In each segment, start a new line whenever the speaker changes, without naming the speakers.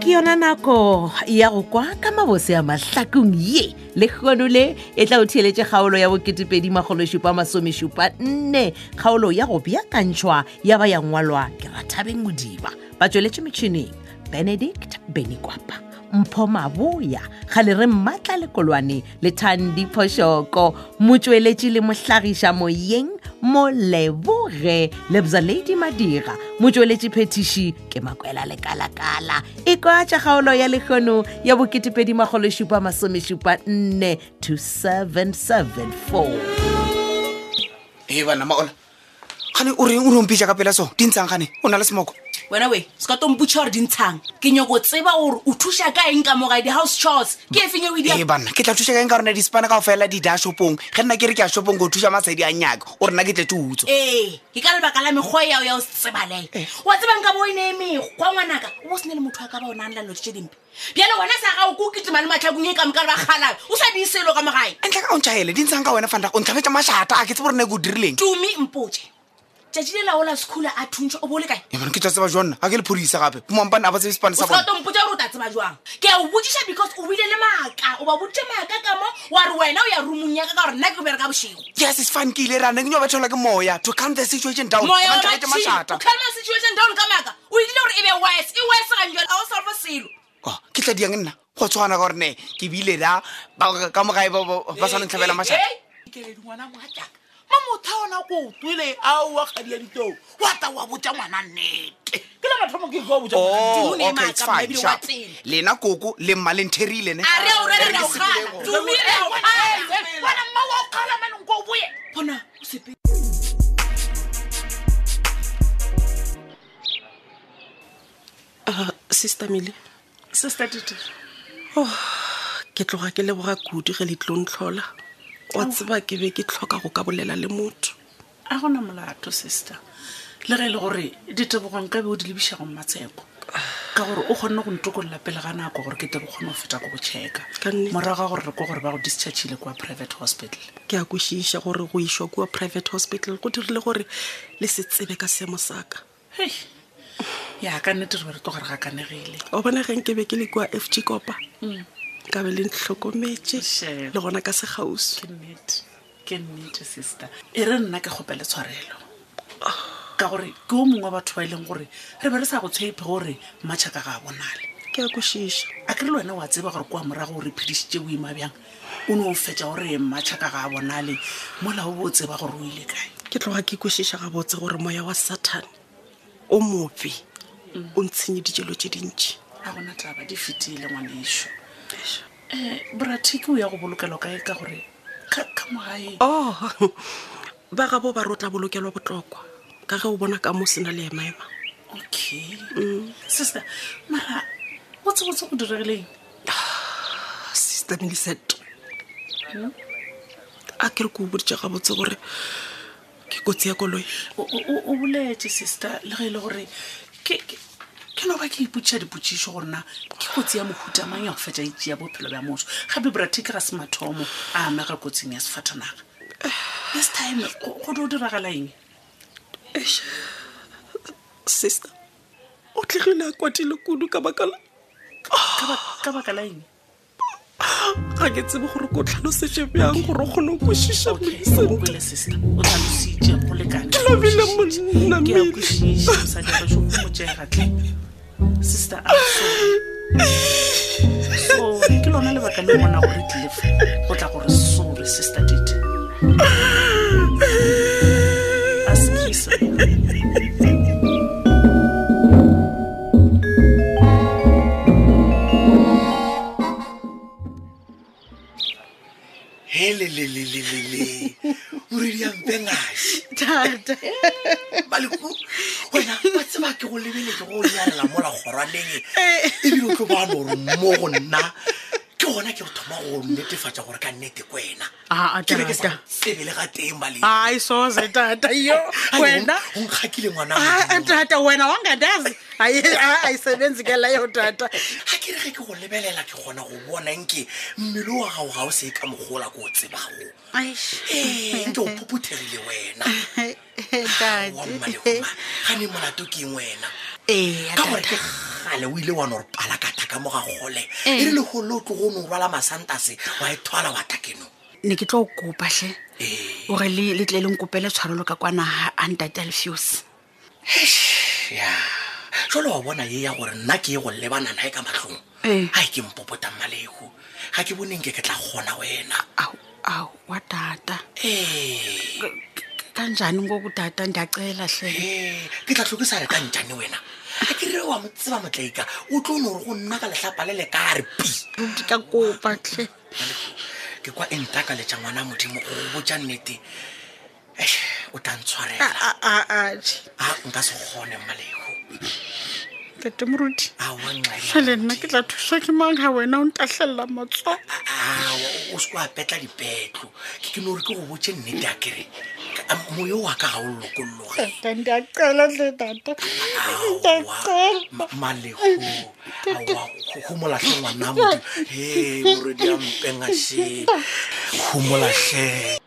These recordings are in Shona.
ke yona nako ya go kwa ka mabose a mahlakong ye le kgono le e tla o theeletše kgaolo ya bo2edimagolosupa nne kgaolo ya go beakantšhwa ya ba ya ngwalwa ke rathabeng modiba ba tsweletše metšhineng benedict benikwapa mpho maboya ga le re mmatla lekolwane le thandi phošoko motsweletši le mohlagiša moyeng moleboge lebza lady madira motsweletši phetiši ke makwela lekalakala e kwa tša kgaolo ya lekgono ya bo2edimagolosupa nne 2774
e bana maola gane o reng o rompitša ka pela so di ntshang gane o na le semoko
wena we se ka tomputšha gore di ntshang ke nyako tseba gore o thuša ka eng ka mogae di-house chores ke efeng eo e
ee
edi
banna ke tla thuša keng ka rona dispana ka go fela di da shopong ge nna ke re ke ya shopong go thuša masadi a nyaka o rena ke tletse utswa
ee ke ka lebaka la mekgwa yao ya o se tsebalele wa tsebang ka bo e ne e mekgwa ngwanaka o bo se ne le motho a ka ba o nang la lotse tse dimpe bjale wona sa gago ko o ketima le matlhakong e kame ka re ba kgalabe o sa di selo ka mogae
ntle ka o ntšhaele di ntshang ka wena fanda o ntlhabetša mašata a ke tsebo rena e ke o dirileng
tumi mpotse tšatši le laola sekhula a thuntšha o bo le kae
e bana ke tla tseba jwa nna ga ke le phodisa gape bomampane a ba tsebe sepane
o
sa
ska
bona
tompotsa gore o ta tseba jwang ke a o botsiša because o bile le maaka o ba boditše maaka ka mo wa re wena o ya rumong yaka ka gore nna ke bere ka bošego
yes is fun ke ile rana ke nyo bathelwa ke moya to calm the situation down
moya wa
ntlhabetše
matšhini o
mašata
calma situation down ka maaka o edile gore e be wise e wise ganjale ga o solve selo
Oh, ke tla diang nna go tshwana ka gorene ke bile ra ba- ka mogae ba- ba ba sa
Hey,
ntlhabela
hey,
mašata
hey! Eh, keledi ngwana moataka ma motho a ona ko o twele aowa kgadi ya ditoo wa tla wa botja ngwana nnete ke le mathomo ke ko botja
Oh,
Tune
okay,
maaka,
it's fine,
mabidi wa
sharp.
tsela.
lena koko le mma le ntherile ne
a re o rela
Re
ra o
se
kgala
tsebe go-
tumi re o kgala
wena mma wa o kgala maneng ko o boye
bona o sepe
sister mile
sister tite
ke tloga ke leboga kudu ge le tlo ntlhola wa tseba ke be ke tlhoka go ka bolela le motho
a gona molato sister le ge e le gore ditebogong ka be o di lebišago mmatsheko ka gore o kgonne go ntokolola pele ga nako gore ke tebe kgone go feta ko go checka
Ka nnete.
morago ga gore re ko gore ba go discharchile kwa private hospital
ke a kwešiša gore go išwa kua private hospital go dirile gore le se tsebe ka seemo saka
hei ya ka nnete re be re tlo gore ga kanegile Mm.
wa bona ge nke be ke le kua f g kopa nka be le ntlhokometse
Shame.
le gona ka
ke
segausi
nnete ke nnete sister e re nna ke kgopele tshwarelo ka gore ke o mongwe wa batho ba e leng gore re be re sa go tshwepe gore matšhaka ga a bonale
ke a kwešiša
a ke re le wena wa tseba gore kwa morago o re phedišitše boima bjang o ne o fetša gore matšhaka ga a bonale mola o bo o tseba gore o ile kae
ke tloga ke kwešiša gabotse gore moya wa sathane o mobe
Mm.
o ntshenyeditšelo tše dintši
a gona taba di fetile ngwanešo um borathiki o ya go bolokelwa kae ka gore ka ka mogae
oh ba gabo ba re o tla bolokelwa botlokwa ka ge o bona ka mo o sena le emaema
okay sister mara botsebotse go diregileng
Ah, sister millicent a ke re ko o boditše gabotse gore ke kotsi ya koloi
o o- o boletse sister le ge e le gore ke ke- ke no ba ke ipotšiša dipotšišo gorena ke kotsi ya mohutamang ya go fetša itšea bophelo bja motho gape brateke ga se mathomo a amega kotsing ya sefathanaga this time go go di o diragala eng
sister o tlogile a kwatile kudu ka baka la
Ka ba- ka baka la eng
ga ke tsebe gore ko tlhalosetse bjang gore o kgone go kwešiša
okay o
millicent
kwele sister o tlhalositše go lekane
Ke lobile monna,
ke ya
Mile.
kwešiša mosadi gaso o motseegatle sister a so ke lona lebaka le bona gore tlile fa go tla gore sore sister dite a sekisa
helelelelelele orediampengae
thata
maleko wena ba tseba ke go lebeletse go lealela mola kgorwaneng ebile o tlo bane gore mo go nna ke gona ke re thoma go netefatsa gore ka nnete ke wena
Ah,
ke be ke sa go tsebe le ga teng male
ai soze tata yo
o nkgakile ngwana
Ah, ah, tata wena wangadazi ayisebenzi ke leyo tata
ga ke re ge ge ke go lebelela ke kgona go bona nke mmele wa gago ga o se ka mogola ko o tsebago ee nke o phopothegile wena wammalehuma gane molato keng wena ka gore ke gale o ile wa no re palakata ka mo ga kgole e re legolo o tlo go no rwala masantase wa e thwala wa takeno
ne ke tlo o kopatlhe
ee
ore le le tle le nkopele tshwarelo ka kwanaga a ntate alfeus
ya jalo wa bona ye ya gore nna ke ye go lebanana e ka matlhong
Ee.
ga e ke mpopota mmalego ga ke bone nke ke tla kgona wena
aw aw wa tata
ee
kanjani ngoku tata ndiyacela hle
ee ke tla tlhoke sa re ka ntjane wena a ke re wa mo tseba motlaika o tlo no gore go nna ka letlhapa le le ka re pi
Ke ka kopa hle
ke kwa e entaka letša ngwana modimo go go botja nnete Eish, o tla ntshwarela a Ha, nka se kgone Ha, mmalego
tete moruti
a wanxele
tlhele nna ke tla thusa ke mang ga wena o ntatlhelela matso
Ha, o se kwa petla dipetlo ke ke no gore ke go botse nnete a kere Ka- a- moyo wa ka ga o Ha, lokologe
tata ndiyacela hle tata ndiyacela
malego go molatlhe ngwana modimo e moredi a mpengashe go molatlhe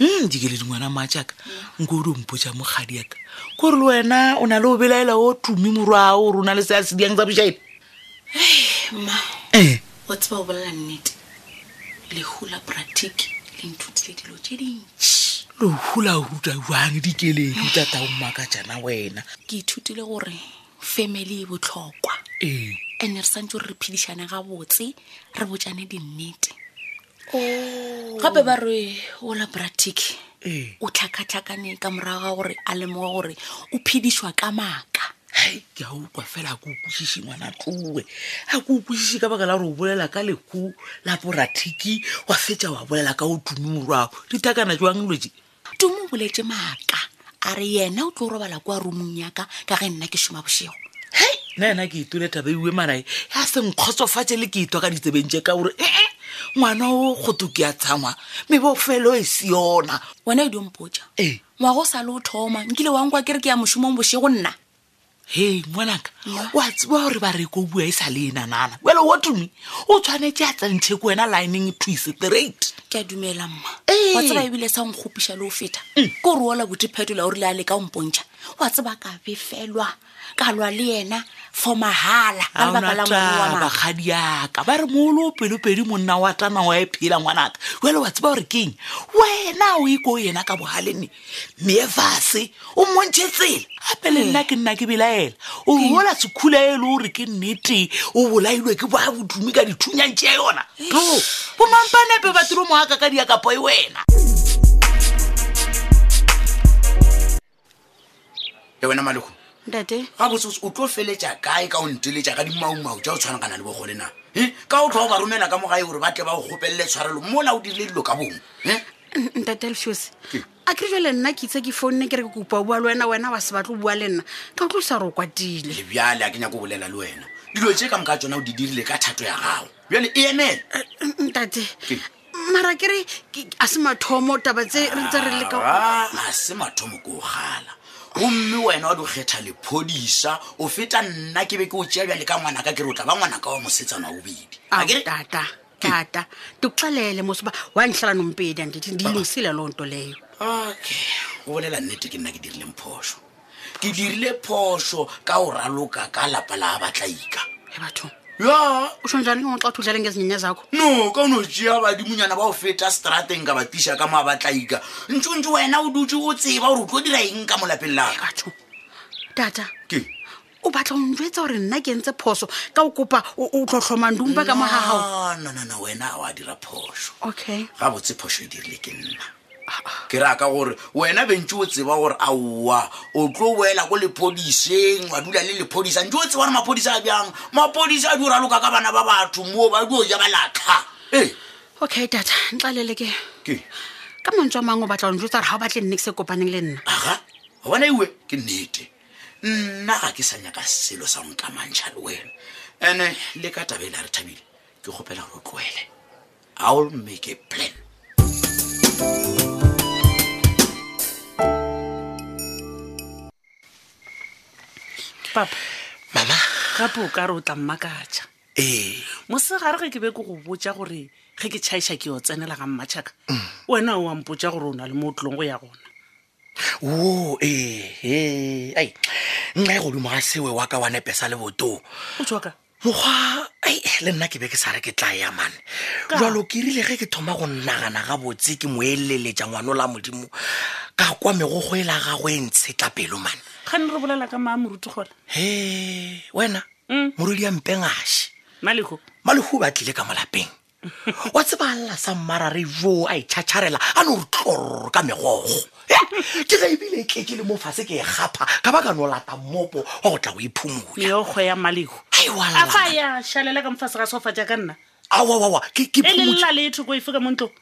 Mm, dikeledi ngwana majaaka nko o di ompotsa mogadi yaka kore le wena o na le o belaela o tumi morwao ore o na le se a se diang sa bošaene
mma
ee
wa tseba o bolela nnete lehula pratic le nthutile dilo tse dintsi
lohula ruta jang dikeledi tatao mmaka jana wena
ke ithutile gore family e botlhokwa
ee
and re santse gore re phedišane gabotse re botjane dinnete gape ba re ola bratic
ee
o tlhakatlhakane ka morago ga gore a lemoga gore o phedišwa ka maaka
hai ke a utlwa fela a ke okwešiše ngwana tloe a ke okwešiše ka baka la gore o bolela ka lekgo la poratiki wa fetsa wa bolela ka o tumi morwao ditakana jwang loje
tumo o boletse maaka a re yena o tlo robala kwa rumong yaka ka ge nna ke šoma bošego
hei nna yena ke e itole tabaiwe marae ya se nkgotsofatse le ke itwa ka ditsebeng tse ka gore ee ngwana o kgoto ke a tshangwa mebofelo e se yona
wena e dimpotsa
ee
ngwaga o sa le o thoma nkile wankwa ke re ke ya mošomong bošego nna
hei ngwanaka
Yeah.
wa tseba gore bareko o bua e sa le enanana welo wa tumi o tshwanetse a tsantšhe ko wena lining twise straight
ke a dumela mma
Ee.
wa tseba ebile sa nkgopiša le o feta ke ore ola botephetola o rile a leka o mpontšha wa tseba ka befelwa ka lwa le yena for mahala ka lebaka la ngwana wa maaka
bagadi yaka ba re moolo o pelopedi monna wa tana wa e phela ngwanaka wele wa tseba gore keng wena o iko yena ka bogalene mme fase o montšhe tsela gape le nna ke nna ke belaela o rola sekhula e le gore ke nnete o bolailwe ke boa bodumi ka dithunyantšhe ya yona to bomampanyepe batiro moaka ka diakapo e wena
e wena malego
ntate
ga botse o tlo feletša kae ka o nteletša ka dimaumau tša o tshwana kana le bogole na Eh? ka o tlo ba romela ka mogae gore ba tle ba o gopelele tshwarelo mola o dirile dilo ka bongwe Eh?
N- ntate alfeus a kry jale nna ke itse ke founne ke re ke kopa o bua le wena wena wa se batle o bua le nna ka utlwe o sa re o kwatile
le bjale a ke nyako bolela le wena dilo tse ka moka tsona o di dirile ka thato ya gago bjale e emele
N- ntate mara ke re ke- a se mathomo taba tse re ntse re leka
Ah, ga se mathomo ko gala gomme wena wa di kgetha lephodisa o feta nna ke be ke o tšea bjale ka ngwanaka ke re o tla ba ngwanaka wa mosetsana wa bobedi
Awu,
Akere?
tata tata ndikuxelele mos uba wandihlala nompedi andithi ndiyilungisile loo nto leyo
okay o bolela nnete ke nna ke dirileng phoso ke dirile phoso ka o raloka ka lapa la batlaika
e batho
ya
utsho njani ke ngoxa uthi udlale ngezinyenye zakho
no ka no tšea badimonyana ba o feta strateng ka ba tiša ka mabatlaika ntsontse wena o dutse o tseba gore o tlo dira eng ka molapeng
e
laka
batho tata
ke
o batla ho njwetsa gore nna ke ntse phoso ka o kopa o o tlhotlhomandompa ka mogagago
nanana wena wa dira phoso
okay
gabotse phoso e dirile ke nna ke raka gore wena bentse o tseba gore aowa o tlo boela ko lephodiseng wa dula le lephodisa ntse o tseba gore maphodisa a bjang maphodisa a di raloka ka bana ba batho moo ba dio ja balatlha ee
okay tata nxalele ke
ke
ka mantswe a mangwe o batla go njwetsa gore ga o batle nne ke se kopaneng le nna
aga wa bona iwe ke nnete nna ga ke sa nyaka selo sa nka mantšha le wena ande le ka tabela re thabile ke kgopela gore o tloele i'll make a plan
papa
mama
gape o ka re o tla mmakatša
ee
mosegare ge ke be ke go botsa gore ge ke tšhaiša ke yo tsenela ga mmatšhaka wena o ampotsa gore o na le mo o tlong go ya gona
o ee ee ai eh, nna e godimo ga sewe wa ka wa nepesa le botong
o tswaka
mokgwa ai le nna ke be ke sa re ke tla yamane jalo ke rile ge ke thoma go nnagana gabotse ke mo eleletša ngwano la modimo ka kwa megogo e la gagwe e ntshetla pelo mane
kganne re bolela ka maa moruti gona
he wena
Mm.
morodi ya mpengaši
maleko
malehu ba tlile ka molapeng wa tseballa sa mmarare joo a itšhatšharela a no re tlororo ka megogo Ya, ke ge ebile e tletse le mo fase ke e gapha ka ba ka no lata mmopo wa go tla o iphumola
meogo ya maleko
Ai,
a fa
walala.
ya šhalela ka mofase ga seofa jaaka nna
aowaowa ke ke
e le
phumotše-
lela le thoko efe ka mo ntlong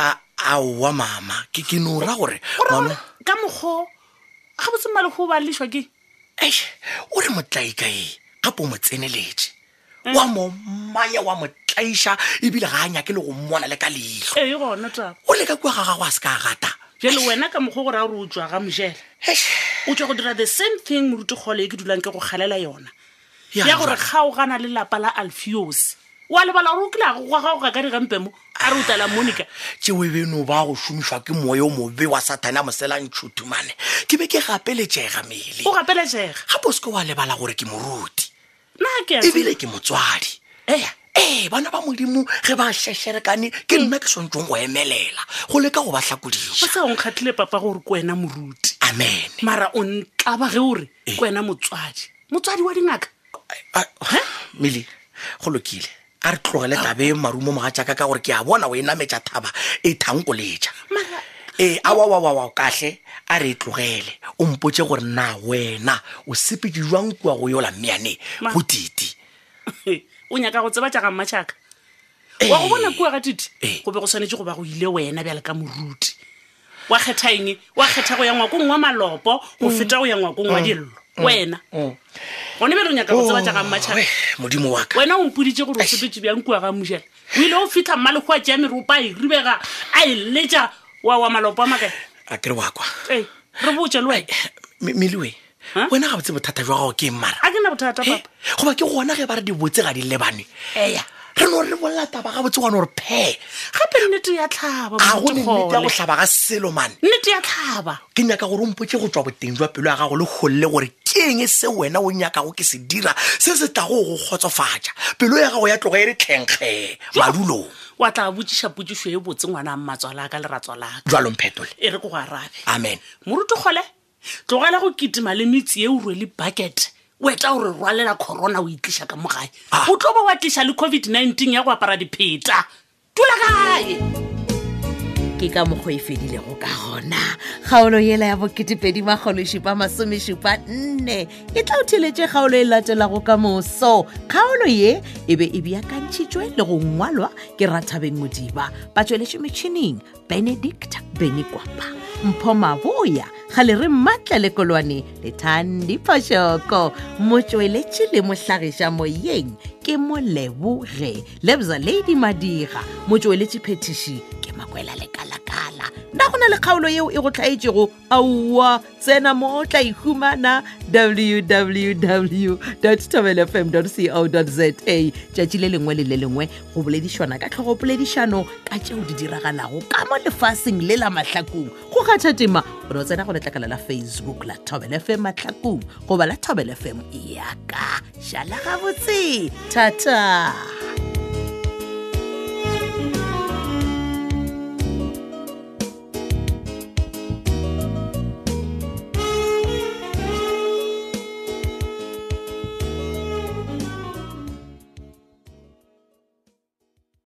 A- aowa mama ke ke no ra gore
Ora
ngwana-
gore ka mokgwa ga botse malego o ba leswa ke
eish o re motlaika ee gape o mo tseneletše
Mm.
wa mo mmanya wa mo tlaiša ebile ga a nyake le go mmona le ka leihlo
ee gona taba
o le ka kua ga gago a se ka gata
bjale wena ka mokgwa gore a re o tswa ga mojela o tswa go dira the same thing moruti kgole e ke dulang ke go galela yona ya gore kgaogana le lapa la alfios wa lebala gore o kile a go gogagoga ka digampe mo a re o tlela monica
tsewe beno ba go šomišwa ke moya o mobe wa sathane a mo selang tšhutumane ke be ke gapeletšega mele
o gapeletšega
gape o seke wa lebala gore ke moruti
nna ke a tseba.
ebile ke motswadi ee ee bana ba modimo ge ba šešerekane ke nna ke swantšong go emelela go leka go
o
ba hlakodiša
sa o nkgatlhile papa gore ke wena moruti
amen
mara o ntlaba ge ore
Eh.
ke wena motswadi motswadi wa dingaka
mele go lokile a re tlogele tabe marumo moga jaaka ka gore ke a bona o e nametša thaba e thankoletša
mara
ee awawawawa kahle a re e tlogele o mpotse gore na wena o sepedi jwang kua go yola mmeane
Ma-
go titi
o nyaka go tseba jaga mmatšhaka
Eh.
wa go bona kua ga tite
Eh.
go be go tshwanetse go ba go ile wena bjale ka moruti wa kgetha eng wa kgetha go ya ngwakong wa malopo go
Mm.
feta go ya ngwakong wa dillo wena gone bjale o nyaka go tseba
Oh.
jaga mmatšhaka
We, modimo wa ka
wena o mpoditse gore o sepetse bjang kua ga mojela o ile o fitlha mmalego a tjea meropa a e ribega a e letša wa wa malopo a makae
a kere wa kwa
ee re botse le wena
melewe
Ha?
wena ga botse bothata jwa gago ke eng mara
a ke na bothata
He,
papa
goba ke gona ge ba re di botse ga di lebane
Eya.
re no re bolla taba ga botse gone gore phe
gape nnete ya tlhaba
a go nnete ya go
morutikgole
tlhaba ga selo mane
nnete ya tlhaba
ke nyaka gore o mpotse go tswa boteng jwa pelo ya gago le golle gore ke eng se wena o nyakago ke se dira se se tlago go kgotsofatša pelo ya gago ya tloga e re tlhenkge madulong
wa tla botsiša potsišo e botse ngwana a mmatswala a ka leratswa laka
jwalong phetole
e re ko go arabe
amen
morutikgole tlogela go kitima le metsi e o rwe le bucket weta o re rwalela corona o itliša ka mogae
Ah.
o tlo bo wa tliša le covid-19 ya go apara dipheta tula kae
ke ka mokgwa e fedilego ka gona kgaolo yela ya boketepedi magolosupa masomešupa nne e tla o theletše kgaolo e latelago ka moso kgaolo ye e be e beakantšhitšwe le go ngwalwa ke rathabeng modiba ba tsweletše metšhining benedict benekwapa mpho maboya ga le re maatla le kolwane le thandi phošoko motsweletše le mohlagiša moyeng ke moleboge lebza lady madira motsweletše phetiši ke makwela lekala-kala nna go na le kgaolo yeo e go tlhaetšego aowa tsena mo o tla e ihumana www tobelfm co za tšatši le lengwe le le lengwe go boledišana ka tlhogopoledišano ka tšeo di diragalago ka mo lefaseng le la mahlakong go kgatha tema gore o tsena go letlakala la facebook la tobel fm mahlakong goba la tobel fm e yaka šala gabotse thata